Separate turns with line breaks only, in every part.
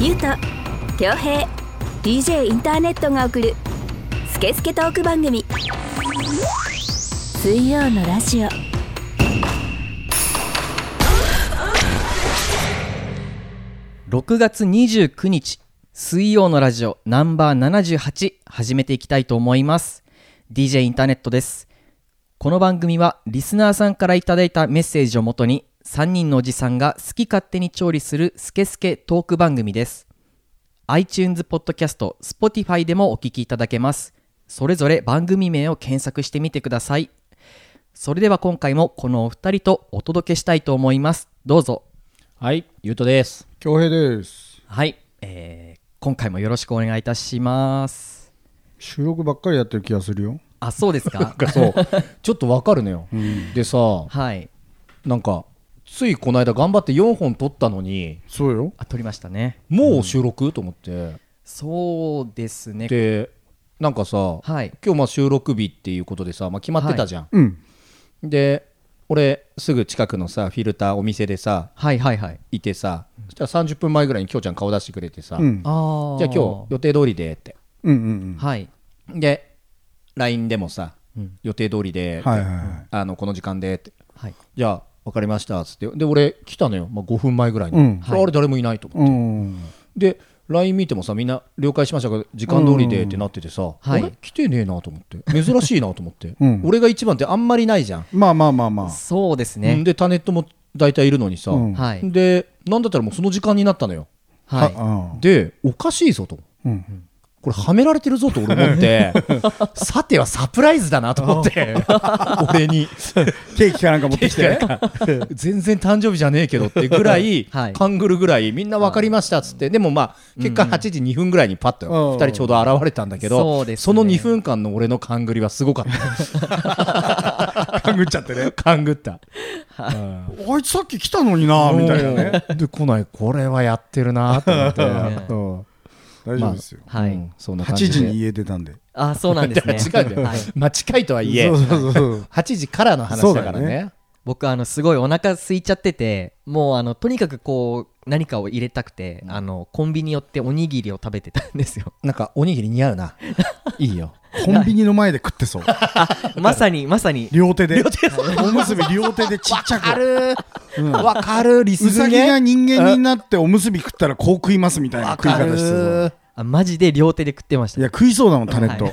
ゆうと恭平 DJ インターネットが送る「スケスケトーク番組」水曜のラジオ
6月29日水曜のラジオナンバー78始めていきたいと思います DJ インターネットですこの番組はリスナーさんからいただいたメッセージをもとに3人のおじさんが好き勝手に調理するスケスケトーク番組です iTunes ポッドキャスト Spotify でもお聞きいただけますそれぞれ番組名を検索してみてくださいそれでは今回もこのお二人とお届けしたいと思いますどうぞ
はい、ゆうとです。
恭平です
はい、えー今回もよろしくお願いいたします。
収録ばっかりやってる気がするよ
あ、そうですか。
そう、ちょっとわかるのよ。でさ、
はい、
なんか、ついこの間頑張って4本撮ったのに、
そうよ
あ、撮りましたね。
もう収録、と思って。
そうですね。
で、なんかさ、
はい、
今日まあ収録日っていうことでさ、まあ、決まってたじゃん。
うん
で、俺、すぐ近くのさ、フィルターお店でさ、
はい、はい、はい。
いてさ、そしたら30分前ぐらいにきょうちゃん顔出してくれてさ、
うん
あー
じゃあ今日予定通りでって。
うんうん
はい、
で、LINE でもさ、
ん
予定通りでって、
はいはいは
あのこの時間でって。
はい、
じゃあ分かりましたっつってで俺来たのよ、まあ、5分前ぐらいに、
うん
それあれ誰もいないと思う、
うん
で LINE 見てもさみんな了解しましたが時間通りでってなっててさ、
うんはい
あれ来てねえなと思って珍しいなと思って、
うん
俺が一番ってあんまりないじゃん、
まあまあまあまあ
そうですね。
でタネットも大体いるのにさ、
うん
はい、
でなんだったらもうその時間になったのよ
はい、
あ
でおかしいぞと
あうん
これはめられてるぞと俺思ってさてはサプライズだなと思って 俺に
ケーキかなんか持ってきて
全然誕生日じゃねえけどってぐらい、
はい
勘ぐるぐらいみんな分かりましたっつって、でもまあ結果8時2分ぐらいにパッと
うん
2人ちょうど現れたんだけど、
そうですね
その2分間の俺の勘ぐりはすごかった
かぐっちゃってね
勘ぐった
あいつさっき来たのになみたいなね
うんで来ないこれはやってるなと 思って、
ね
うん
大丈夫ですよ
は
う
い
ん。そんな
8
感じで
時に家出たんで
あ、そうなん ですね。
違うんだよ、
はい
まあ近いとはいえ
そうそうそう
8時からの話だから
そうだ
ね
僕あのすごいお腹空いちゃっててもうあのとにかくこう何かを入れたくて、あのコンビニ寄っておにぎりを食べてたんですよ
なんかおにぎり似合うないいよ
コンビニの前で食ってそう
まさにまさに
両手でおむすび両手でちっちゃ
わか
く
るわかるリス
う
ズ
さぎが
ね
人間になっておむすび食ったらこう食いますみたいな
わ
食い
か
方してそう
る
あマジで両手で食ってまし
い
た
や食いそうだもんタネット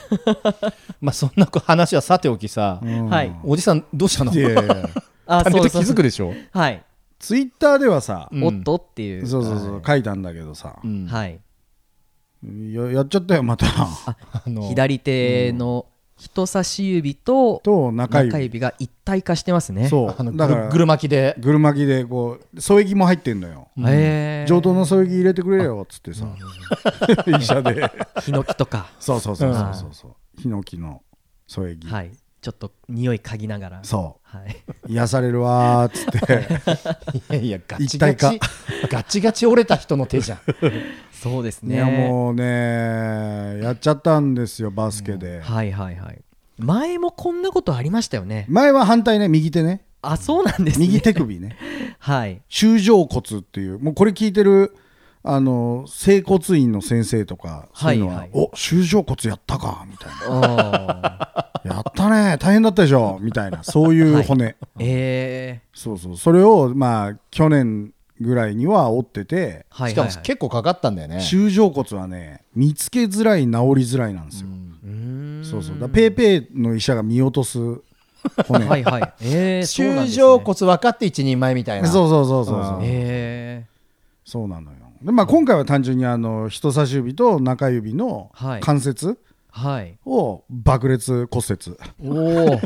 まあそんな話はさておきさ、
うん
はい
おじさんどうしたの
いやいやい や
あ
タネット気づくでしょ
はい、
ツイッターではさ
うん
おっとっていう
そうそうそう書いたんだけどさ
うん
はい
ややっちゃったよまた
あの
左手の人差し指と
と中
中
指
指が一体化してますね
そう
あの
だ
ぐ
か
る
ら
ぐる巻きで
ぐる巻きでこう添え木も入ってんのよ
へえ
上等の添え木入れてくれよっつってさ 医者で
ヒノキとか
そうそうそうそうそうそうヒノキの添え木
はいちょっと匂い嗅ぎながら
そ
はいう
癒されるわーっつって
いやいやガチ
一
ガ
体化
チガチガチ折れた人の手じゃん
そうです
い
ね
やもうねやっちゃったんですよバスケで
はいはいはい前もこんなことありましたよね
前は反対ね右手ね
あそうなんですね
右手首ね
はい
中上骨っていうもうこれ聞いてるあの整骨院の先生とかそういうのは
はいは
お中上骨やったかみたいな
おー
やったね大変だったでしょみたいなそういう骨、
え
そうそうそれをまあ去年ぐらいには折ってて
ー、はい
しか
はい
も
はい
結構かかったんだよね
中上骨はね見つけづらい治りづらいなんですよ、
うーん
そうそうだペーペーの医者が見落とす骨、
はいはいえー、そうなんです、ね、
中上骨分かって一人前みたいな
そうそうそうそうそう、
え
そうなのよで、まあ、今回は単純にあの人差し指と中指の
はい
関節
ー、 はい
を爆裂骨折、
おお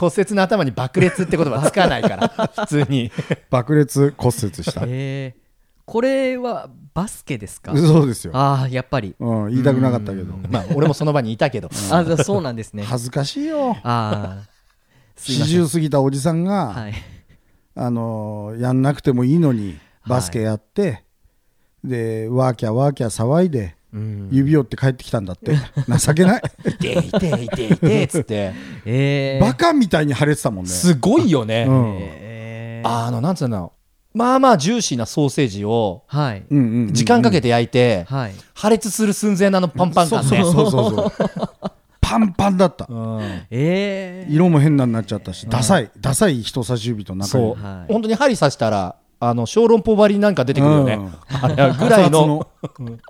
骨折の頭に爆裂って言葉つかないから 普通に
爆裂骨折した
えー、これはバスケですか
そうですよ、
ああやっぱり
うん、言いたくなかったけど
まあ俺もその場にいたけど
あーそうなんですね
恥ずかしいよ
ああすいませ
四
ん
十過ぎたおじさんが、
はい
あのーやんなくてもいいのにバスケやって、でワーキャーワーキャー騒いで指折って帰ってきたんだって情けない
でいていていてっつって
えー、
バカみたいに腫れてたもんね
すごいよね、
うん
えー
あのなんつうんだろうまあまあジューシーなソーセージを
はい、
うんうんうんうん
時間かけて焼いて
はい
破裂する寸前のあのパンパン感ね
そうそうそうそうそうパンパンだった
うん
えー、
色も変なになっちゃったしダサいダサい人差し指と中
そう、
指
はい
本当に針刺したらあの小籠包張りなんか出てくるよね、
うん
あれぐらい の
熱々の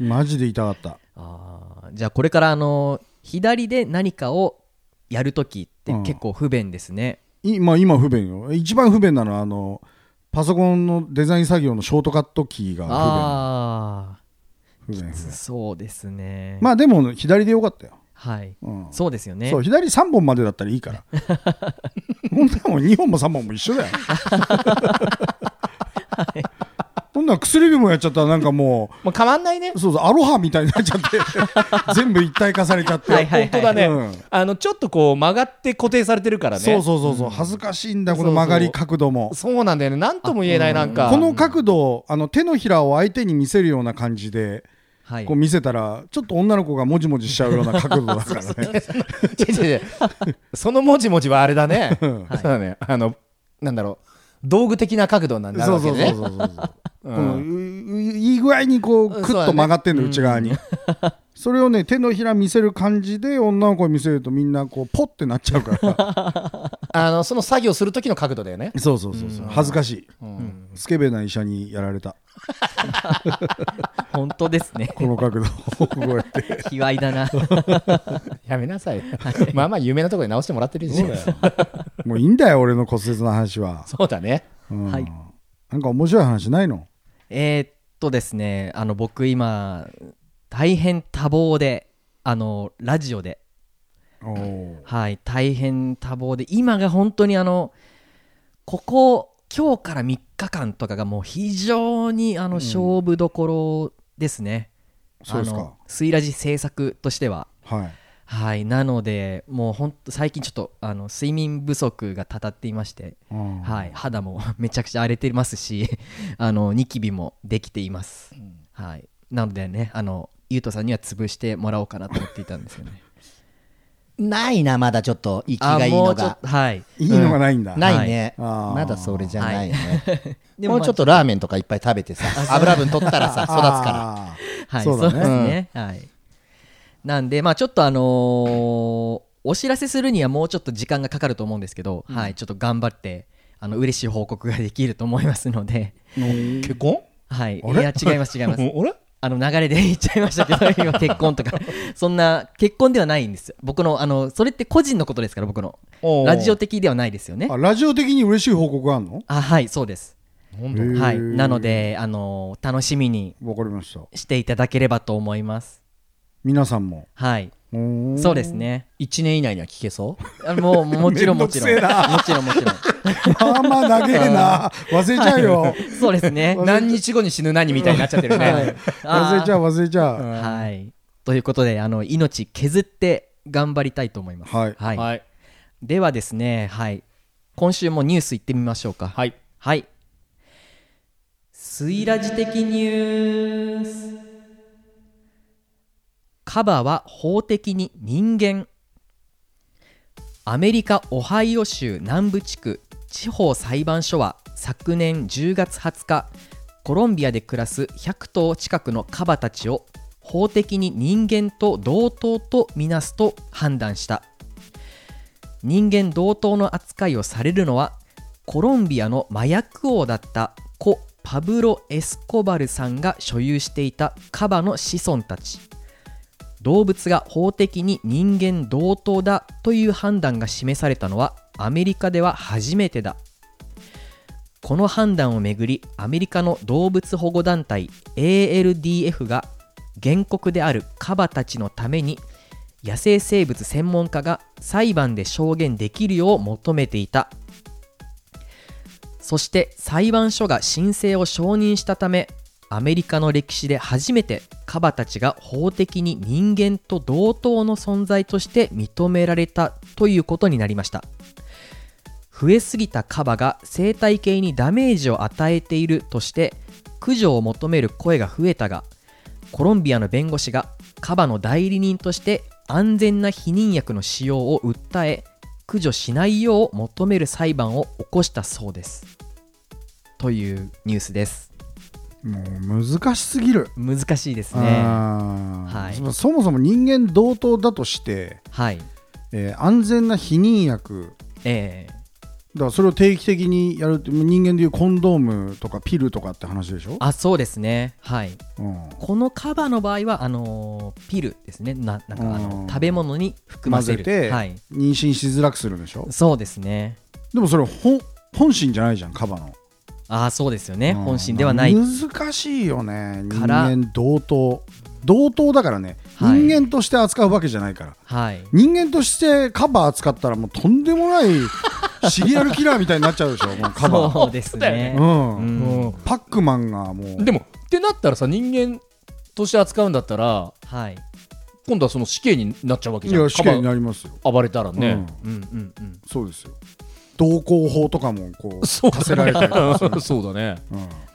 マジで痛かった
あーじゃあこれからあの左で何かをやるときって
うん
結構不便ですね、
いまあ今不便よ一番不便なのはあのパソコンのデザイン作業のショートカットキーが
あ
不便不便
あそうですね
まあでも左でよかったよ、
はい、
うん
そうですよね
そう左3本までだったらいいからほんなもん2本も3本も一緒だよ、ほんなら薬指もやっちゃったらなんかも
もうかまんないね
うそうそうアロハみたいになっちゃって全部一体化されちゃって、
はいはい
本当だね、
うん
あのちょっとこう曲がって固定されてるからね
そうそうそうそう恥ずかしいんだこの曲がり角度も
そうなんだよね何とも言え ないなんか
この角度あの手のひらを相手に見せるような感じで
はい
こう見せたらちょっと女の子がもじもじしちゃうような角度だからね
違う違う違うそのもじもじはあれだね、
ん
そうだねあのなんだろう道具的な角度なんだ
そう
ろ
そうう
ね
そうそうそうそうこのうういい具合にこう
うん
ク
そう
ッ
だね
と曲がってんの内側にそれをね手のひら見せる感じで女の子に見せるとみんなこうポッてなっちゃうから
あのその作業する時の角度だよね、
そうそうそうそう恥ずかしい
うん
スケベな医者にやられた
本当ですね
この角度 をこうやって
卑猥だな
やめなさいまあまあ有名なところで直してもらってるし
もういいんだよ俺の骨折の話は
そうだね
うん
はい
なんか面白い話ないの
えーっとですねあの僕今大変多忙であのラジオで
おー
はい大変多忙で今が本当にあのここ今日から3日間とかがもう非常にあの勝負どころですね、
そうで
あ
すか
のスイラジ制作としては
はい
はいなのでもうほんと最近ちょっとあの睡眠不足がたたっていまして、
うん
はい、肌も めちゃくちゃ荒れてますし あのニキビもできています、はい、なのでねあのゆうとさんには潰してもらおうかなと思っていたんですよね
ないな、まだちょっと、息
あ
がいい
も
の
うちょっ
が
と。はい
いいのがないんだ
ないね。
はい
まだそれじゃないよね。
で
もうちょっとラーメンとかいっぱい食べてさ、油分取ったらさ、育つか
あー
はい、そ
そううだ
で
ね
すね、はいなんでまあちょっとあのーお知らせするにはもうちょっと時間がかかると思うんですけど、はいちょっと頑張ってあの嬉しい報告ができると思いますので
結婚
はいい
あれ
や違います違い ます
うん俺
あの流れで言っちゃいましたけど今結婚とかそんな結婚ではないんです僕のあのそれって個人のことですから僕の
おー
ラジオ的ではないですよね
あラジオ的に嬉しい報告があるの
あはいそうです
本当
へー
はいなのであの楽しみに
わかりました
していただければと思います
皆さんも
はい
そ
そうですね
1年以内には聞けそう
あもうもちろん
め
も
んど
ち
く
ろ
せ
ん
えな
もちろんもちろん
まあまあ長え な忘れちゃうよ
そうですね
何日後に死ぬ何みたいになっちゃってるね
あー
忘れちゃう忘れちゃう
はいということであの命削って頑張りたいと思います
はい
はい
ではですねはい今週もニュースいってみましょうか
はい
はい。スイラジ的ニュース。カバは法的に人間。アメリカ・オハイオ州南部地区地方裁判所は昨年10月20日、コロンビアで暮らす100頭近くのカバたちを法的に人間と同等とみなすと判断した。人間同等の扱いをされるのはコロンビアの麻薬王だった故パブロ・エスコバルさんが所有していたカバの子孫たち動物が法的に人間同等だという判断が示されたのはアメリカでは初めてだこの判断をめぐりアメリカの動物保護団体 ALDF が原告であるカバたちのために野生生物専門家が裁判で証言できるよう求めていたそして裁判所が申請を承認したためアメリカの歴史で初めてカバたちが法的に人間と同等の存在として認められたということになりました増えすぎたカバが生態系にダメージを与えているとして駆除を求める声が増えたがコロンビアの弁護士がカバの代理人として安全な避妊薬の使用を訴え駆除しないよう求める裁判を起こしたそうですというニュースです
もう難しすぎる、
難しいですね
あー
はい
そそもそも人間同等だとして、
はい
えー安全な避妊薬
ええ
だからそれを定期的にやるって人間でいうコンドームとかピルとかって話でしょ、
あそうですねはい
うん
このカバの場合はあのーピルですねななんかあ
う
の
ん
食べ物に含ませる
混ぜて
はい、
妊娠しづらくするんでしょ
そうですね
でもそれ本本心じゃないじゃんカバの、
ああそうですよね
うん
本心ではない
難しいよね人
から
間同等同等だからね、
はい
人間として扱うわけじゃないから
はい
人間としてカバー扱ったらもうとんでも ないシリアルキラーみたいになっちゃうでしょもうカバー
そうですね
う、ん、
うん
パックマンがもう
でもってなったらさ人間として扱うんだったら
はい
今度はその死刑になっちゃうわけ
い
じゃん
や死刑に
カ
なりますよ、
バ暴れたら
う
ね
ん、
うんうんうん
そうですよ同行法とかもこう
そう
課せられたりとか
だ
する
ね そうだね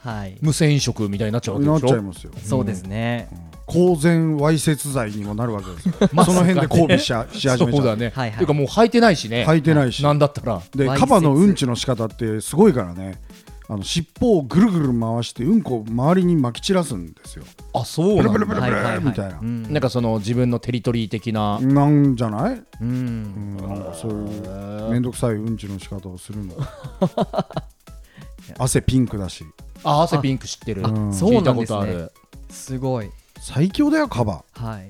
はい
無銭飲食みたいになっちゃう
うんな
わ
っ
け
ちゃい
でし
ますよ
そうですね、
公然わいせつ罪にもなるわけですよ、
まさ
そ
かね
の辺で交尾しちゃし
ょ
始めちゃ
そうだね、
はいはい
というかもう履いてないしね
履いてないし
なんだったら
で
わいせつ
カバのうんちの仕方ってすごいからねあの尻尾をぐるぐる回してうんこを周りにまき散らすんですよ
あそう
ブ
な
ル
ん
ブルブルブ
だ
はい
ル
はいはい
みたいな、
うん
なんかその自分のテリトリー的な、
なんじゃない、
うん
うん、なんかそういう面倒くさいうんちの仕方をする の汗ピンクだし
あ汗ピンク知ってる
あ
うん
そうなん
聞いたことあ
です
る
すごい
最強だよカバ
はい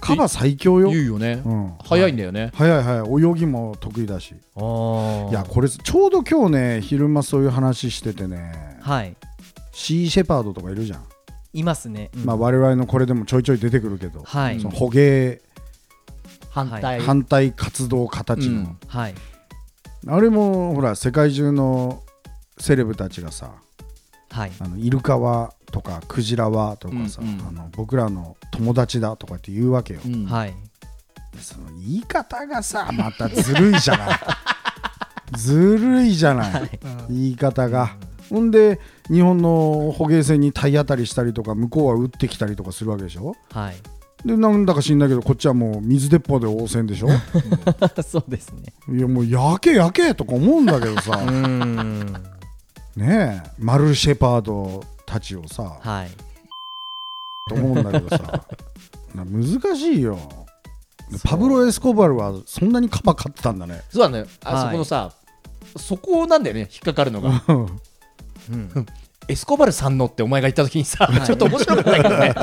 カバ最強よ、
言うよね、
うん、
早いんだよね、
早い早い泳ぎも得意だし
お
いやこれちょうど今日ね昼間そういう話しててね
はい
シーシェパードとかいるじゃん、
いますね、うん
まあ、我々のこれでもちょいちょい出てくるけど、
はい
その捕鯨
反対
反対活動家たちの、
うん
はい
あれもほら世界中のセレブたちがさ
はい
あのイルカはとかクジラはとかさ、
うんうん
あの僕らの友達だとかって言うわけよ、
うん
はい
でその言い方がさまたずるいじゃないずるいじゃない、言い方が、ほんで日本の捕鯨船に体当たりしたりとか向こうは撃ってきたりとかするわけでしょ
はい
でなんだか知んないけどこっちはもう水鉄砲で応戦でしょ い
そうですね
やもう焼け焼けとか思うんだけ どさ
うん
ねえマルシェパードたちをさ
はい
と思うんだけどさ な難しいよでパブロ・エスコバルはそんなにカバ買ってたん だね
そうだね
はい
あ、そこのさそこなんだよね引っかかるのが
うん
エスコバルさんのってお前が言った時にさ、ちょっと面白かったけど ね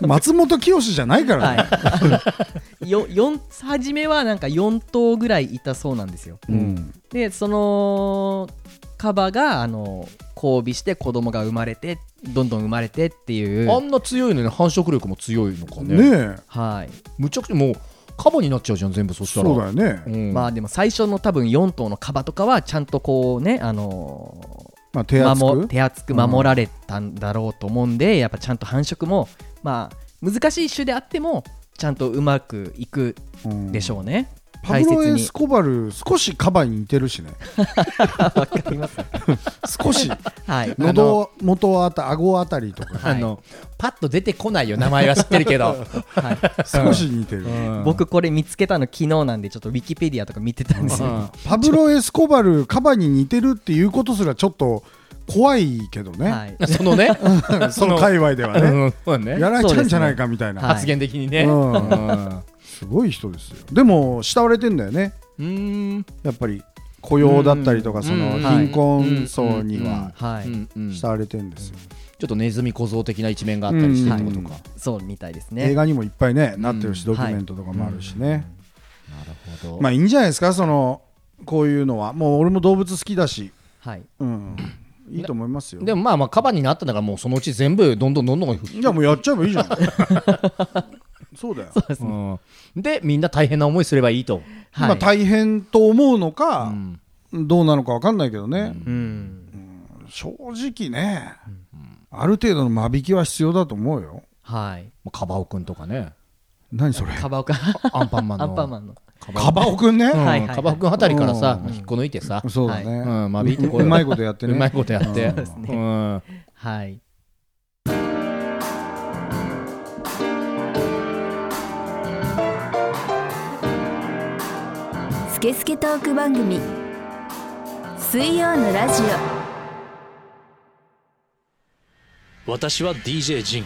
松本清じゃないからね、
はい、 よ四初めはなんか4頭ぐらいいたそうなんですよ
うん
でそのカバがあの交尾して子供が生まれてどんどん生まれてっていう
あんな強いのに繁殖力も強いのかね
ねえ
はい
むちゃくちゃもうカバになっちゃうじゃん全部そしたら
そうだよね、
ん
まあでも最初の多分4頭のカバとかはちゃんとこうねあの
まあ、
ー
手厚
守
く
手厚く守られたんだろうと思うんで、やっぱちゃんと繁殖もまあ難しい種であってもちゃんとうまくいく
うん
でしょうね、
パブロ・エスコバル少しカバに似てるしね
わかり ます
少し
はい
喉元あた顎あたりとか
はい
あのパッと出てこないよ名前は知ってるけど、
はい
少し似てる、
僕これ見つけたの昨日なんでちょっとウィキペディアとか見てたんですよ、
パブロ・エスコバルカバに似てるっていうことすらちょっと怖いけどね、
はい、
そのね
その界隈では
う
ね
んそうだね
やられちゃうんじゃないかみたいな、
はい
発言的にね、
うん
うん
すごい人ですよでも慕われてんだよね
うーん
やっぱり雇用だったりとかその
うん
貧困層には
はい
うんうんち
慕
ょ
われてんですよ、
っとネズミ小僧的な一面があったりしてってことか、
うん
そうみたいですね
映画にもいっぱいねなってるし、
うん
ドキュメントとかもあるしね、
なるほど、
まあいいんじゃないですかそのこういうのはもう俺も動物好きだし、
はい
うん、いいと思いますよ
でもまあまあカバになったんだからもうそのうち全部どんどんどんどん、
じゃあもうやっちゃえばいいじゃんそうだよ
うんでみんな大変な思いすればいいと、
はい
まあ大変と思うの
う
か、
ん
どうなのかわかんないけどね、
うん
正直ね、ある程度の間引きは必要だと思うよ
はい
カバオくんとかね
何それ
カバオカ
アンパンマン の
アンパンマンの
カバ
カバオくんね、
うん
はいはいはい
カバオくんあたりからさ、
うん
引っこ抜いてさ、
そうだね、
うん、間引いてこよ
うまいことや ってね
うまいことやって、
うん
うん
はい
ケスケトーク番組水曜のラジ
私は DJ ジン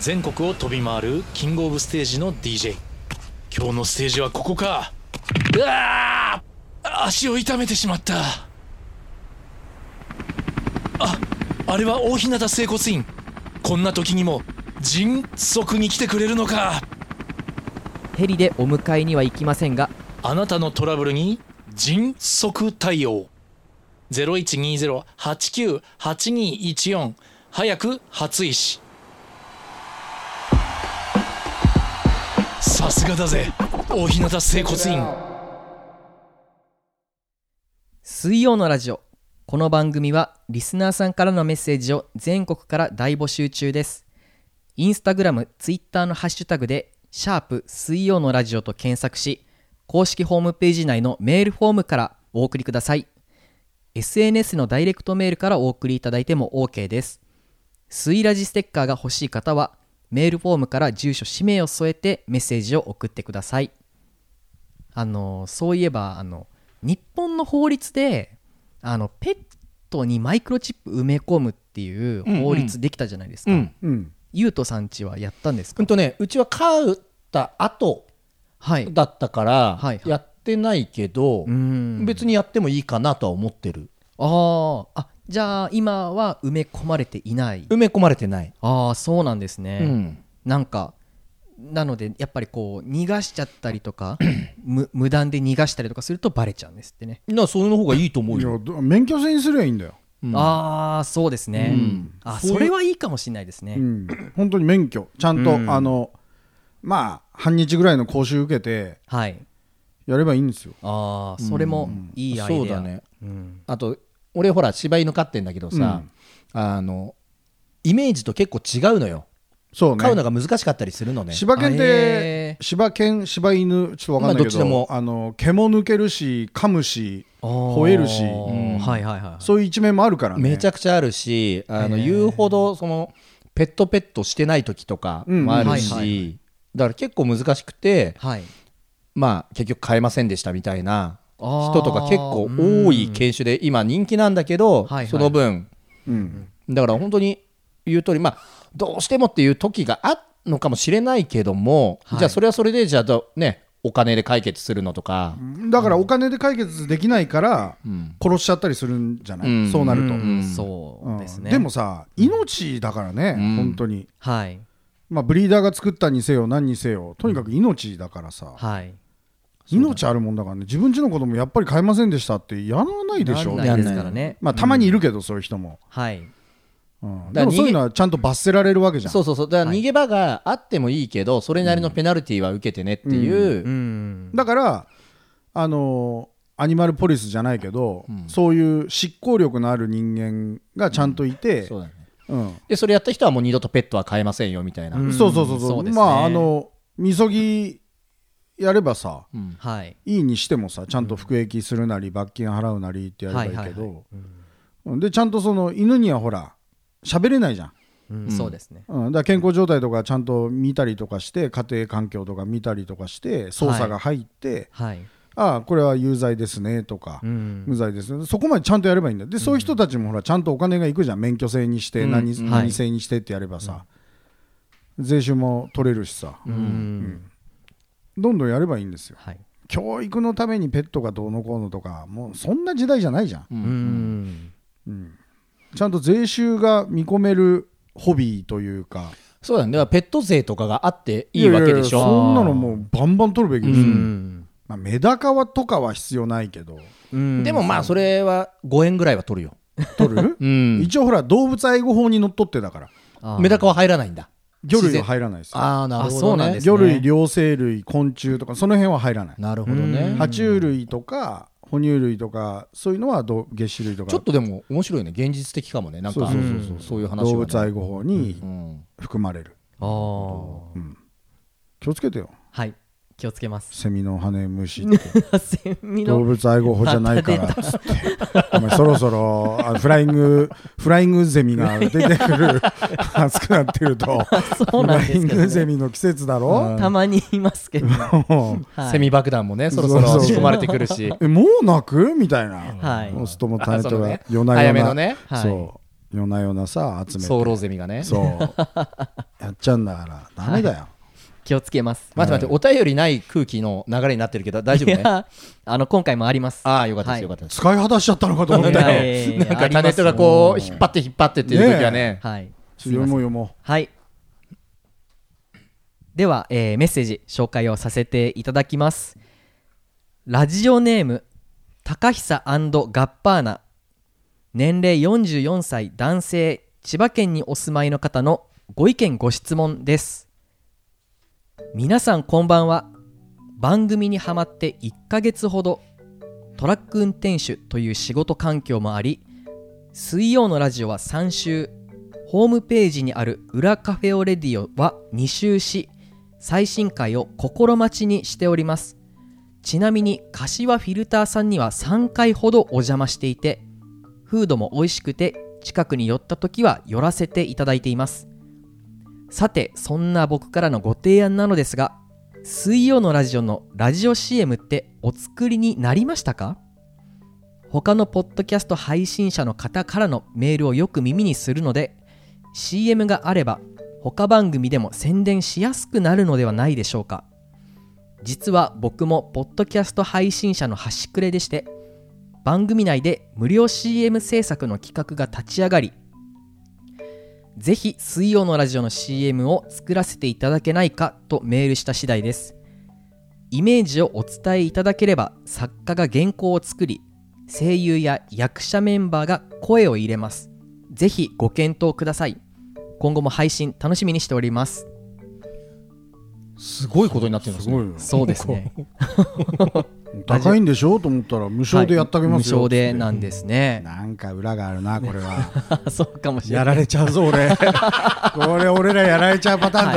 全国を飛び回るキングオブステージの DJ 今日のステージはここかうわあ足を痛めてしまったああれは大日向整骨院こんな時にも迅速に来てくれるのか
ヘリでお迎えには行きませんが
あなたのトラブルに迅速対応0120-89-8214早く初石さすがだぜ大日向整骨院
水曜のラジオこの番組はリスナーさんからのメッセージを全国から大募集中ですインスタグラムツイッターのハッシュタグで「シャープ水曜のラジオ」と検索し公式ホームページ内のメールフォームからお送りください SNS のダイレクトメールからお送りいただいても OK です水ラジステッカーが欲しい方はメールフォームから住所氏名を添えてメッセージを送ってくださいあのそういえばあの日本の法律であのペットにマイクロチップ埋め込むっていう法律できたじゃないですか、
うん。
うん、
ゆうとさんちはやったんです
う
か
んとね、うちは買った後
はい
だったか
は
ら
い、
やってないけど
う、ん
別にやってもいいかなとは思ってる。
あーあじゃあ今は埋め込まれていない
埋め込まれてない。
ああそうなんです
う
ね、
ん。
なんかなのでやっぱりこう逃がしちゃったりと か無無断で逃がしたりとかするとバレちゃうんですってね、
な、それの方がいいと思う
いや
よ。
ど免許制にすりゃいいんだよ、
うん
ああそうですね、
うん
あ
そういう
それはいいかもしれないですね、
うん、本当に免許ちゃんと、
うん
あのまあ半日ぐらいの講習受けて
はい
やればいいんですよ
ああそれもいいアイデア、
そうだね
うん
あと俺ほら柴犬飼ってんだけどさ、あのイメージと結構違うのよ
そうね
飼うのが難しかったりするのね
柴犬っ
あ
て
へ
柴犬柴犬ちょっと分かんないけど,、
まあどっちでも
あの毛も抜けるし噛むし
あー
吠えるし
うんはいはいはい
そういう一面もあるからね
めちゃくちゃあるしあの言うほどそのペットペットしてない時とかもあるし、
うんはいはい
だから結構難しくて
はい
まあ結局飼えませんでしたみたいな
あー
人とか結構多い犬種で今人気なんだけど、
はいはい
その分
うん
だから本当に言う通りまあどうしてもっていう時があるのかもしれないけども、
はい
じゃあそれはそれでじゃあどねお金で解決するのとか、
だからお金で解決できないから
うん
殺しちゃったりするんじゃない、
うん
そうなると、
うん
うん
そうですね、
うんもさ命だからね、
うん
本当に
はい
まあブリーダーが作ったにせよ何にせよとにかく命だからさ、
はい
命あるもんだからね自分ちの子供やっぱり飼えませんでしたってやらないでしょ
なんないですからね
まあたまにいるけど、そういう人も、
はい
うん、で
だから
も
逃げ
そういうのはちゃんと罰せられるわけじゃん
そうそうそうだから逃げ場があってもいいけど、それなりのペナルティーは受けてねっていう、
うん
だからあのーアニマルポリスじゃないけど、そういう執行力のある人間がちゃんといて、
そうだね
うん
でそれやった人はもう二度とペットは飼えませんよみたいな、
うん
そうそうそうそう
そうですね
まああのみそぎやればさ
うん
はい
いいにしてもさちゃんと服役するなり罰金払うなりってやればいい
は
け
いはいは
どうんでちゃんとその犬にはほら喋れないじゃん、
うんそうですね
うん、だから健康状態とかちゃんと見たりとかして家庭環境とか見たりとかして捜査が入って、
はい
ああこれは有罪ですねとか、
うん
無罪ですねそこまでちゃんとやればいいんだよで、そういう人たちもほらちゃんとお金がいくじゃん免許制にして
うん
何,、
はい
何制にしてってやればさ、税収も取れるしさ、
うん
どんどんやればいいんですよ
はい
教育のためにペットがどうのこうのとかもうそんな時代じゃないじゃん
う
うんん
ちゃんと税収が見込めるホビーというか
そうだねだからペット税とかがあっていいわけでし
やや
ょ
そんなのもうバンバン取るべきですよ、
うん
まあ、メダカはとかは必要ないけど
うん
でもまあそれは5円ぐらいは取るよ、
取る、
うん、
一応ほら動物愛護法にのっとってだから
あー
メダカは入らないんだ
魚類は入らないですよ
ああなるほど、ね、
あそうなんですね
魚類両生類昆虫とかその辺は入らない
なるほどね、
うん
爬虫類とか哺乳類とかそういうのはどげっ歯類とか
ちょっとでも面白いね現実的かもねなんか
そうそう
そうそう
うんそういう話はね
動物愛護法に
うん
含まれる、
あー
気をつけてよ
はい気をつけます。
セミの羽虫って
セミ
動
の
物愛護法じゃないからっつってお前そろそろあフライングフライングゼミが出てく る暑くなってくると
そう
フ
なん
ラ
で
イ
す
ン
けど、
グゼ
ね、
ミの季節だろ、
たまにいます けど、
も
はい
セミ爆弾もね、そろ
そ
そ
うそう
ろ
そう
仕込まれてくるし
う、えもう泣くみたいな、
はい
オスともタネ
あそ
と
の
が
ね
夜な
早
夜
め
な、
のね、
はい
そう夜な夜なさ集めて
ソウロゼミがね。
そう やっちゃうんだからダメだよ、
気をつけます。
待って待って、お便りない空気の流れになってるけど、大丈夫
い
ね。
やあの今回もあります。
ああ、よかったで
はい
す、よかったです。
使い果たしちゃったのかと思っ
い
た
やい
よ
やいや
なん
あ
か
りま
タ
す
ネットがこう、引っ張って引っ張ってっていう時はね、
はい。
読もう読も
はい。では、えーメッセージ紹介をさせていただきます。ラジオネーム、高久ガッパーナ。年齢44歳男性、千葉県にお住まいの方のご意見ご質問です。皆さんこんばんは。番組にハマって1ヶ月ほど、トラック運転手という仕事環境もあり、水曜のラジオは3週ホームページにある「裏カフェオレディオ」は2周し最新回を心待ちにしておりますちなみに柏フィルターさんには3回ほどお邪魔していてフードも美味しくて近くに寄った時は寄らせていただいていますさてそんな僕からのご提案なのですが水曜のラジオのラジオ CM ってお作りになりましたか他のポッドキャスト配信者の方からのメールをよく耳にするので CM があれば他番組でも宣伝しやすくなるのではないでしょうか実は僕もポッドキャスト配信者の端くれでして番組内で無料 CM 制作の企画が立ち上がりぜひ水曜のラジオの CM を作らせていただけないかとメールした次第ですイメージをお伝えいただければ作家が原稿を作り声優や役者メンバーが声を入れますぜひご検討ください今後も配信楽しみにしております
すごいことになってるん
う
ですす
ご
ね。
いよ
そうです ね
高いんでしょと思ったら無償でやってあげ
無
ますよ、
償でなんですね
なんか裏があるなこれは
そうかもしれな
や
い
られちゃうぞ 俺これ俺らやられちゃうパター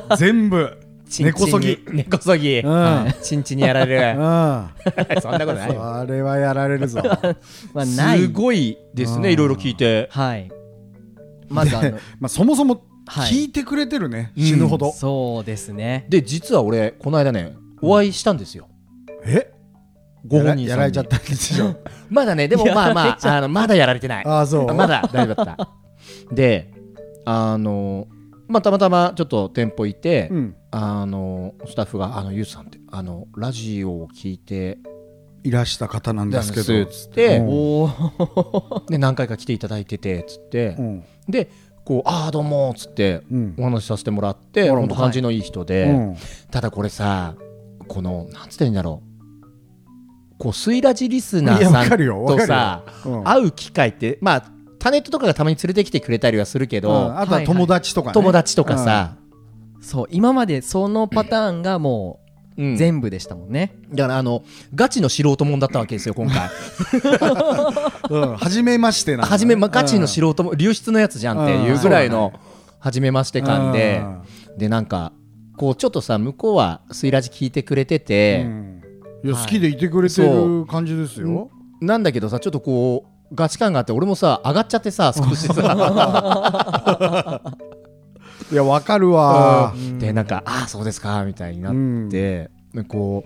ンだぞ、全部根こそぎ
根こそぎ
う。ん
ちんちんに やられ
う
る。
ん
そんなことないよ。
あれはやられる ぞ
まあない
すごいですね、いろいろ聞いて。
はいまずあの
まあそもそも
はい
聞いてくれてるね、死ぬほど、
そうですね
で、実は俺、この間ね、お会いしたんですよ。
え
ご本人さんに
やらやられちゃったんでしょ
まだね、でもまあまあ、あのまだやられてな い。
ああそう
まだ大丈夫だった。で、あの、まあ、たまたまちょっと店舗いて、
うん
あのスタッフが「あのゆうさんってあのラジオを聞いて
いらした方なんですけ
なん
ど
ですっつって
うん
おお
で何回か来ていただいてて」っつって、
うん
でこう「ああどうも」っつって
うん
お話しさせてもらって、
あら
本当感じのいい人で、
うん
ただこれさこのなんつってんだろうこうスイラジリスナー
いや
さ
わ
ん
かるよわか
と
るよ
さ、
うん
会う機会ってまあタネットとかがたまに連れてきてくれたりはするけど、
うんあとは友達とかね、
友達とかさ、
そう今までそのパターンがも
う
うん全部でしたもんね、
だからあのガチの素人もんだったわけですよ今回
うん初めましてなのね
初め、まあ、ガチの素人もん流出のやつじゃんっていうぐらい
うん
の初めまして感で、でなんかこうちょっとさ向こうはスイラジ聞いてくれて
う
て、
んいや好きでいてくれてる感じですよ、
なんだけどさちょっとこうガチ感があって俺もさ上がっちゃってさ少しさ
いやわかるわ
う、んでなんかああそうですかみたいにな
う
っ
ん
て、こ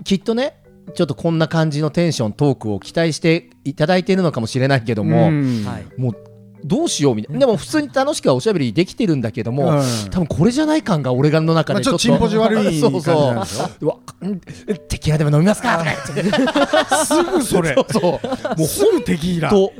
うきっとねちょっとこんな感じのテンショントークを期待していただいてるのかもしれないけども、
うん
はい
もうどうしようみたいなでも普通に楽しくはおしゃべりできてるんだけども、
うん
多分これじゃない感が俺がの中
まあ
で
ち
ち
ょ
ょ
っ
っ
と
と
チンポジ悪い
そう
感じなん
そ
ですよ
ううわうんテキーラでも飲みますかとか言って
すぐそれ
そうも
もうすぐテキーラ
と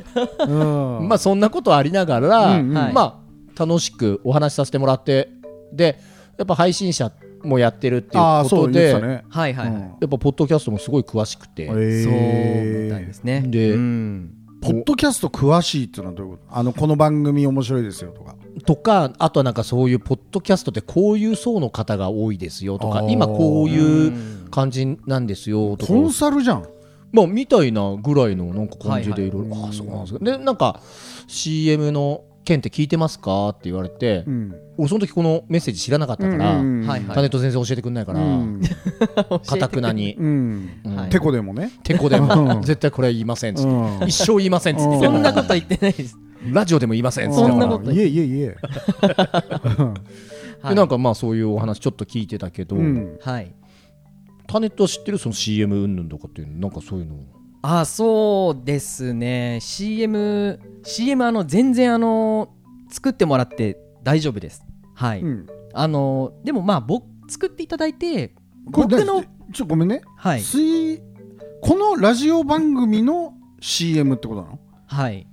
うん
まあそんなことありながら、
うんうん
はい
まあ楽しくお話しさせてもらってでやっぱ配信者もやってるっていう
ー
こと
言っ
で、
てた
やっ
ね
はいはいはい、
ぱポッドキャストもすごい詳しくて、
うんへー
そうみたいですね
で
うん、
ポッドキャスト詳しいっていうのはどういうことあのこの番組面白いですよとか
とかあとはなんかそういうポッドキャストってこういう層の方が多いですよとか今こういう感じなんですよとか
コンサルじゃん
まあみたいなぐらいのなんか感じで
はい
いろいろあそうなんですかでなんか CM のケンって聞いてますか?」って言われて、
うん
俺その時このメッセージ知らなかったから、
うんうん
はいはい
タネット先生教えてくんないから
うん
かたくなに
うん
うん
はい
てこでもね
「てこで
うん
も絶対これは言いません」っつ
う
っ
ん
て「一生言いません」っつっ
う
て
ん
そんなこと言ってない です。
ラジオでも言いませんっつって
そんなこと
あいえいえいえ
でなんかまあそういうお話ちょっと聞いてたけど、
うん
はい。
タネットは知ってるその CM 云々とかっていうのなんかそういうの
あ、そうですね。CM、CM あの全然あの作ってもらって大丈夫です。はい。
うん
あのでもまあ僕作っていただいて
これ
僕の
だちょごめんね
はい
すいこのラジオ番組の CM ってことなの
はい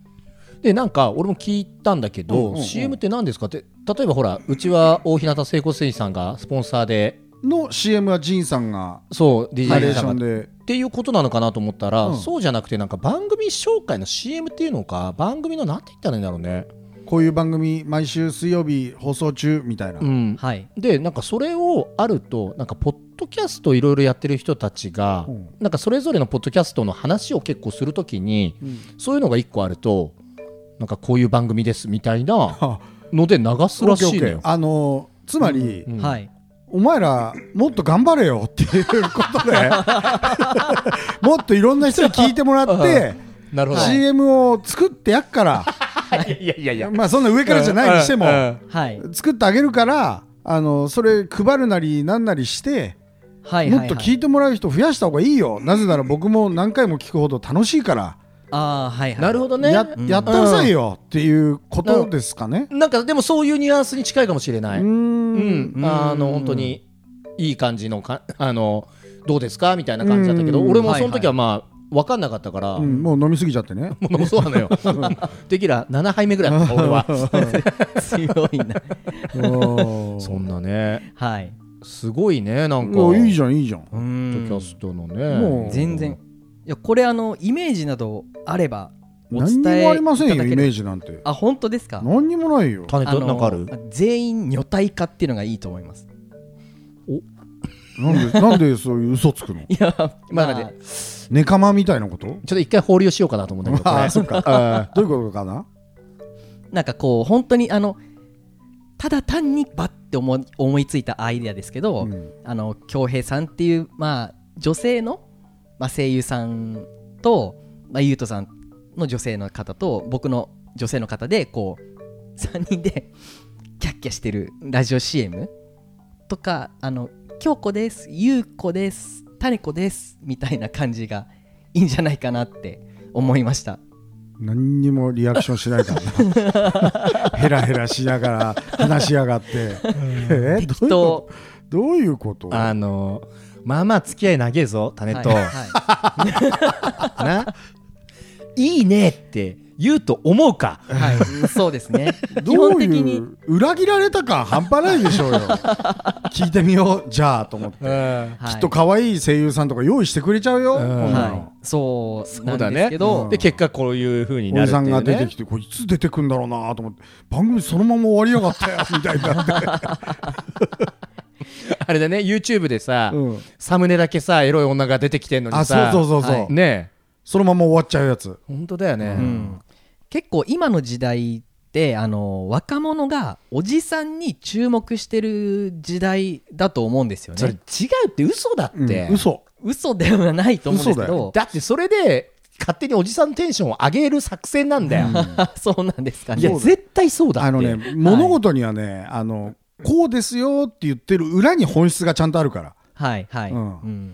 でなんか俺も聞いたんだけど、
うんうんうん
CM って何ですかって例えばほらうちは大日向整骨院さんがスポンサーで
の CM はジンさんが
そう DJ
ナレーショ
さんが
ンで
っていうことなのかなと思ったら、
うん
そうじゃなくてなんか番組紹介の CM っていうのか番組のなんて言ったらいいんだろうね、
こういう番組毎週水曜日放送中みたいな
うん
はい
でなんかそれをあるとなんかポッドキャストいろいろやってる人たちが、
うん
なんかそれぞれのポッドキャストの話を結構するときに、そういうのが一個あるとなんかこういう番組ですみたいなので流すらしいのよ。
あのーつまり、
うん
はい
お前らもっと頑張れよっていうことでもっといろんな人に聞いてもらって
なる
CM を作ってやっから
いやいやいや
まあそんな上からじゃないにしても
はい
作ってあげるからあのそれ配るなりなんなりして
はい
もっと聞
い
いてもらう人増やした方がいいよなぜなら僕も何回も聞くほど楽しいから
ああはいはい
なるほどね。
ややってくださいよっていうことですかね。
なんかでもそういうニュアンスに近いかもしれな
う
い。
ーん
うん、あの本当にいい感じのかあのどうですかみたいな感じだったけど、
うん
俺もその時はまあ分かんなかったから、
うんもう飲みすぎちゃってね。
もうそ うなのよ。テキーラ7杯目ぐらいだった俺は。
強いな
そんなね、
はい
すごいねなんか。
おいいじゃんいいじゃん。
ポッドキャストのね。
もう
全然いやこれあのイメージなどあればお
何
伝
に
え
もありませんよ
いただ
イ
け
メ
れ
ー
ば
ジなんて。
あ本当ですか
何にもないよ。
タネ
あ
と
の
なんかある？
全員女体化っていうのがいいと思います
なんでなんでそういう嘘つくの？
いや
まあ
まあ
まあ
ネカマみたいなこと？
ちょっと一回放流しようかなと思ったけどこ
あ
れ
あ。そっか。どういうことかな？
なんかこう本当にあのただ単にバッて思い思いついたアイデアですけど、
うん
あの京平さんっていう、まあ、女性の、まあ、声優さんと、まあ、ゆうとさんの女性の方と僕の女性の方でこう3人 でキャッキャしてるラジオ CM とか「あの京子ですゆうこですタネコです」みたいな感じがいいんじゃないかなって思いました。
何にもリアクションしないからな。 ヘラヘラしながら話しやがって。えー
適
ど
当
ういうこと？どういうこと？
あのまあまあ付き合い長えぞタネと。
はいはい
いいねって言うと思うか。
はい、そうですね。
ど
基本
う
的
い
に
う裏切られた感半端ないでしょうよ 聞いてみようじゃあと思って、
はい
きっと可愛い声優さんとか用意してくれちゃうよ、こんなの
はい、そうなんですけ
そうだ
ど、
ね
で結果こういう風に
お
なる
じ
ってい
さんが
う
出て
ね
き。てこれいつ出てくんだろうなと思って番組そのまま終わりやがったよみたいにな って、
あれだね YouTube でさ
うん
サムネだけさエロい女が出てきてんの
あ
に
そう
さ。
そうそうそう、
はい
ね
そのまま終わっちゃうやつ
え本当だよね。
うん結構今の時代ってあの若者がおじさんに注目してる時代だと思うんですよ
それ違
ね。
うって嘘だ
う
っ
ん
て。
嘘
嘘ではないと思うんですけど、
だってそれで勝手におじさんテンションを上げる作戦なんだよ。
そうなんですか
い
ね。
や絶対そうだって。
あのね物事にはねあのこうですよって言ってる裏に本質がちゃんとあるから
はいはい、
う
う
ん
ん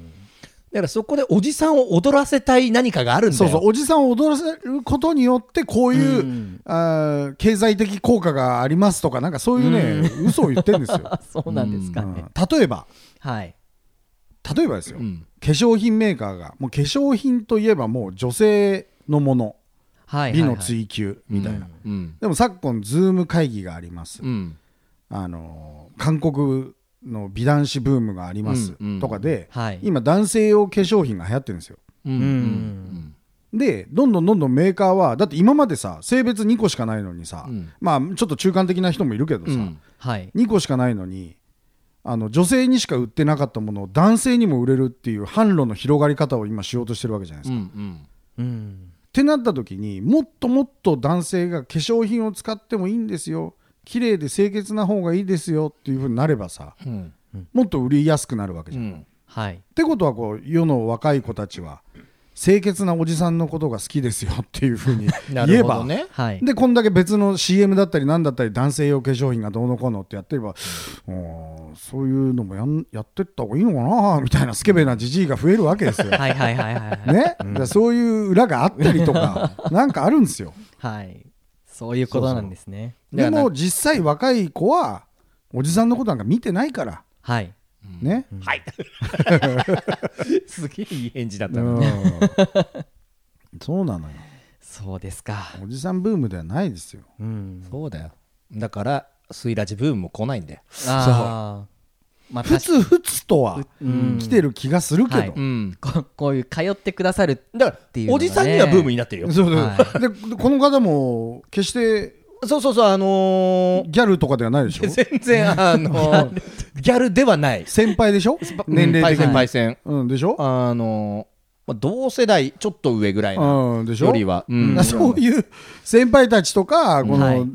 だからそこでおじさんを踊らせたい何かがあるんだよ。
そうそうおじさんを踊らせることによってこういう、
うん
あー経済的効果がありますとかなんかそういうね、嘘を言ってるんですよ、
あそうなんです
う
か
ん
ね。
例えば
はい
例えばですよ、
うん
化粧品メーカーがもう化粧品といえばもう女性のもの
はいはい、はい。
美の追求みたいな、
うん。
でも昨今ズーム会議があります、
うん。
あのー韓国の美男子ブームがあります
うんうん
とかで、
はい。
今男性用化粧品が流行ってるんですよ
うん。う
うん
ん。
でどんどんどんどんメーカーはだって今までさ性別2個しかないのにさ、
うん
まあちょっと中間的な人もいるけどさ、
うん
はい。
2個しかないのにあの女性にしか売ってなかったものを男性にも売れるっていう販路の広がり方を今しようとしてるわけじゃないです
う
か、
ん。
うん。
ってなった時にもっともっと男性が化粧品を使ってもいいんですよ綺麗で清潔な方がいいですよっていうふうになればさ
うん
もっと売りやすくなるわけじゃん
う、ん
はい
ってことはこう世の若い子たちは清潔なおじさんのことが好きですよっていうふうに
な
言え
るほ
ば、
どね
はい
でこんだけ別の CM だったりなんだったり男性用化粧品がどうのこうのってやってれば、うんそういうのもやんやってった方がいいのかなみたいなスケベなじじいが増えるわけです よ。ね、
はいはいはいはいはい、
だからそういう裏があったり とかなんかあるんですよ。
はいそういうことなんですね
で
だから
も実際若い子はおじさんのことなんか見てないから
はい
ね。
すげえいい返事だっ
う
た
ん
ね
そうなのよ。
そうですか
おじさんブームではないですよ。
うん
そうだよだからスイラジブームも来ないんだよ
ああまあ
ふ
確か
つふつとは
うん
来てる気がするけど、
はい
うん
ここういう通ってくださる
だか
ていうの
ら
がね
おじさんにはブームになってるよ
そうそう
は
ででこの方も決して
そうそうそうあのー
ギャルとかではないでし ょ
全然あのー ギャルではない
先輩でしょ年齢的
パイセンパ
に、
イセン
うん、でしょ
あのーまあ同世代ちょっと上ぐらいの
うんでしょ
よりはうん
だからそういう先輩たちとかこの、
はい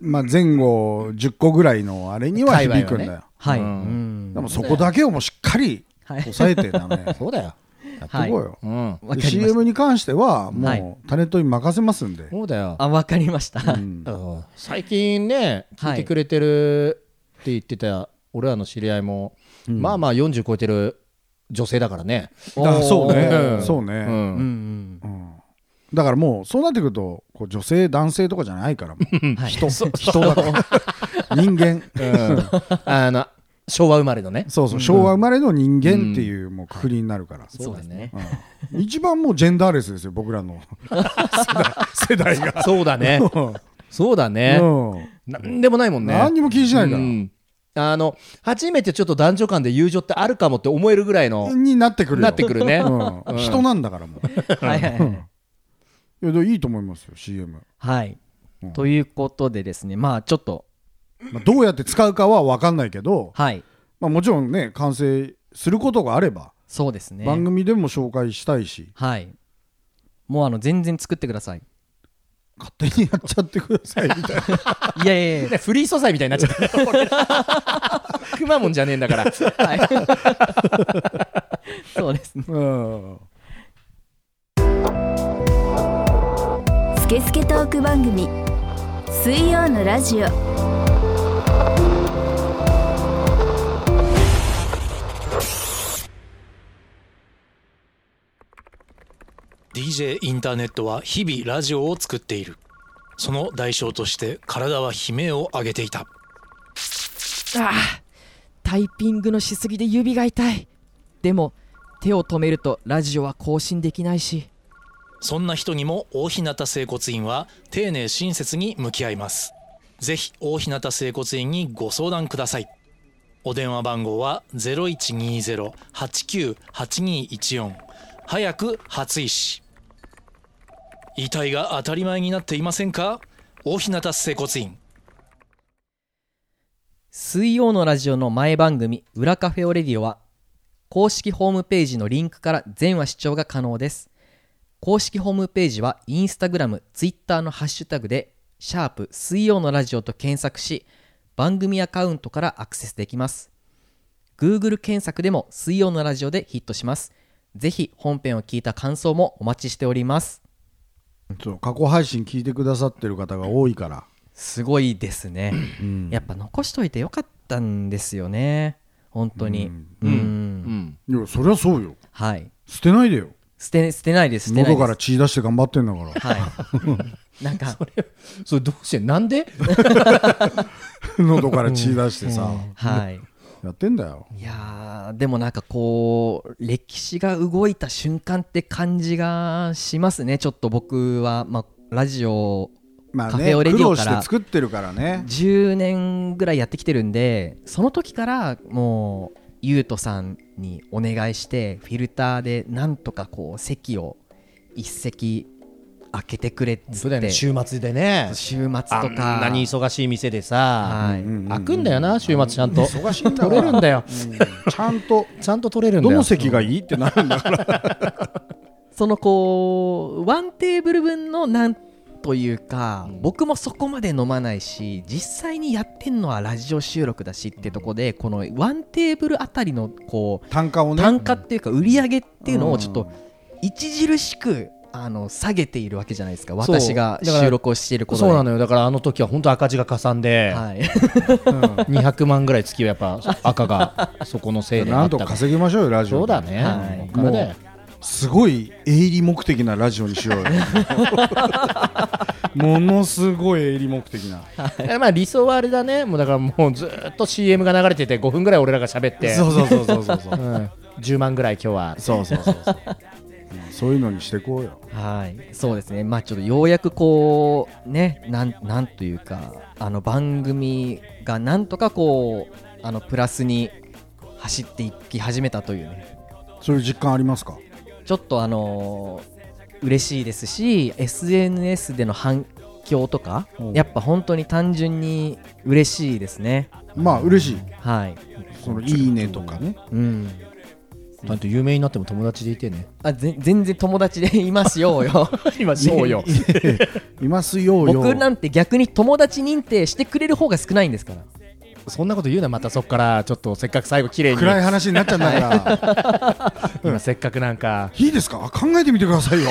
まあ、前後10個ぐらいのあれには響くんだよ、
界隈はね
はい、
うん
うん
でもそこだけをもうしっかり
はい
抑えてダメやって
そうだよ
いこうよ、
うん
わかりま
で
した
CM に関してはもう、
はい
タネットに任せますんで、
そうだよ
あわかりました、
うん
うん最近ね
はい
聞いてくれてるって言ってた俺らの知り合いもまあまあ40超えてる女性だからね
あそうね、
ん
そうね、
うんうん
だからもうそうなってくるとこう女性男性とかじゃないからもう
はい
人人だから人間
うん あの昭和生まれ のね
そうそう昭和生まれの人間っていうもうくくりになるから、
そうですね
うん一番もうジェンダーレスですよ僕ら の世代世代が。
そうだねそうだね
うん
なんでもないもんね
何にも気にしないから
うんあの初めてちょっと男女間で友情ってあるかもって思えるぐらいの
になってくるよ
なってくるね
うん
うん
人なんだからもうい
はいはいはい
やでもいいと思いますよ CM、
はい、
うん
ということでですねまあちょっと
まあ、どうやって使うかは分かんないけど、
はい
まあ、もちろんね完成することがあれば
そうですね
番組でも紹介したいし、
はいもうあの全然作ってください
勝手にやっちゃってくださいみたいな
いやいやい
ねフリー素材みたいになっちゃった俺 くまモンじゃねえんだから
や、 はい、そうですね
うん
「スケスケトーク番組」水曜のラジオ
「DJ インターネットは日々ラジオを作っている」その代償として体は悲鳴を上げていた
ああタイピングのしすぎで指が痛いでも手を止めるとラジオは更新できないし
そんな人にも大日向整骨院は丁寧親切に向き合います。ぜひ大日向整骨院にご相談ください。お電話番号は0120-89-8214早く初医師。遺体が当たり前になっていませんか大日向整骨院。
水曜のラジオの前番組「裏カフェオレディオは」公式ホームページのリンクから全話視聴が可能です公式ホームページはインスタグラムツイッターのハッシュタグで「シャープ水曜のラジオ」と検索し番組アカウントからアクセスできます Google 検索でも「水曜のラジオ」でヒットしますぜひ本編を聞いた感想もお待ちしております
そう過去配信聞いてくださってる方が多いから、
すごいですね、やっぱ残しといてよかったんですよね本当にうん
うん
いやそりゃそうよ
はい
捨てないでよ
捨て捨てないです捨てないです
喉から血出して頑張ってんだから
はい なんか
それどうしてなんで
喉から血出してさ、
はい
やってんだよ
いやーでもなんかこう歴史が動いた瞬間って感じがしますねちょっと僕は、まあ、ラジオ
まあ
カフ
ね
ェオレデ
苦
ィオ
労
か
し
ら
て作ってるからね
10年ぐらいやってきてるんでその時からもうゆうとさんにお願いしてフィルターでなんとかこう席を一席開けてくれっつ
そ
っ
うだ
て、
よね
週
週末でね
末と
あ
か
んなに忙しい店でさ
はい、
開くんだよな週末ちゃんと
忙しいんだから
取れるんだよ
うんちゃんと
ちゃんと取れるんだ
ど
よ
の席がいいってなるんだから
そのこうワンテーブル分のなんというか、僕もそこまで飲まないし実際にやってんのはラジオ収録だしってとこでこのワンテーブルあたりのこう
単価をね
単価っていうか売り上げっていうのをちょっ
うん
と著しくあの下げているわけじゃないですか
そう
私が
だから
収録をしていること
そうな
の
のよだからあの時は本当赤字がかさんで、
はい、
200万ぐらい月はやっぱ赤がそこのせいで
なんとか稼ぎましょうよラジオ
そうだね、
はい
こっからだよ
すごい営利目的なラジオにしようよ ものすごい営利目的な
えまあ理想はあれだねもうだからもうずーっと CM が流れてて5分ぐらい俺らが喋って
そうそうそうそうそうそう
うん10万ぐらい今日は
そうそうそうそう、うんそういうのにしてこうよ
はい、そうですねまあちょっとようやくこうねなんなんというかあの番組がなんとかこうあのプラスに走っていき始めたというね
そういう実感ありますか
ちょっとあのー嬉しいですし SNS での反響とか
うん
やっぱ本当に単純に嬉しいですね
まあ嬉しい
はい
そのいいねとかね
うん
ちゃんと有名になっても友達でいてね
あぜ全然友達でいますよよ
今そうよ
いますようよ
僕なんて逆に友達認定してくれる方が少ないんですから
そんなこと言うなまたそっからちょっとせっかく最後綺麗に
暗い話になっちゃうんだから
今せっかくなんか
いいですか考えてみてくださいよ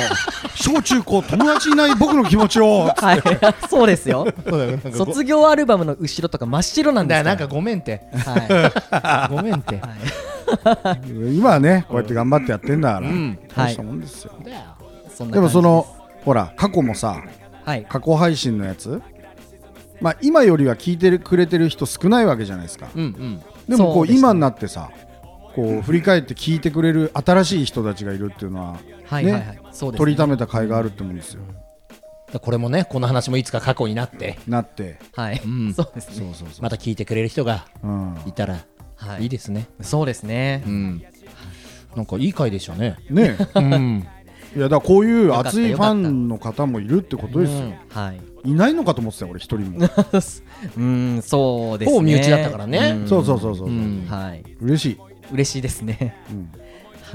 小中高友達いない僕の気持ちを
はい そうですよ
卒
卒業アルバムの後ろとか真っ白なんで
だ
す
なん
か
からごめんって
はい
ごめんって
今はねこうやって頑張ってやってんだから、
ん
大したもんですよ、
そんな
で
感
も
じす
そのほら過去もさ
はい
過去配信のやつまあ今よりは聞いてるくれてる人少ないわけじゃないですか
うんうん
でもこ
そう
う
ですね
今になってさこう振り返って聞いてくれる新しい人たちがいるっていうのは
はいはいはいそうですね
取りためた甲斐があるってもんですよ
だこれもねこの話もいつか過去になって
なって
はい
ん
そうですね
そうそ
また聞いてくれる人が
う、うん、
いたら
はい
いいですね
そうですね
うんなんかいい回でしたね
ねえ
うん
いやだからこういう熱いファンの方もいるってことですよ
はい
いないのかと思ってたよ俺一人 も
うんそうですね
ほぼ身内だったからね
ん
そうそうそうそう、
うん
はい
嬉しい、
嬉しいですね
うん、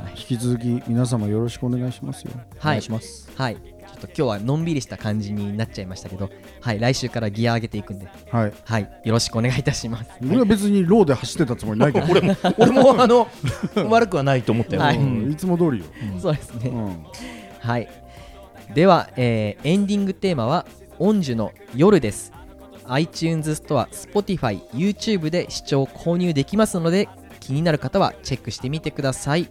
はい
引き続き皆様よろしくお願いしますよ
お願いしますはいちょっと今日はのんびりした感じになっちゃいましたけどはい来週からギア上げていくんで
はい
はいよろしくお願いいたします
俺は別にローで走ってたつもりないけど俺も、
俺もあの悪くはないと思ったよ、
は
う
い
ん、いつも通りよ、
そうですね
うん、
はい。では、えーエンディングテーマは、オンジュの夜です。iTunes ストア、Spotify、YouTube で視聴、購入できますので、気になる方はチェックしてみてください。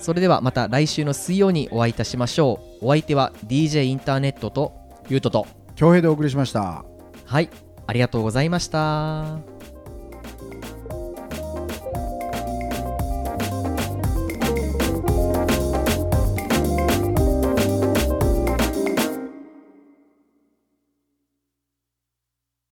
それではまた来週の水曜にお会いいたしましょう。お相手は DJ インターネットと、
ゆうとと
恭平でお送りしました
はい、ありがとうございました。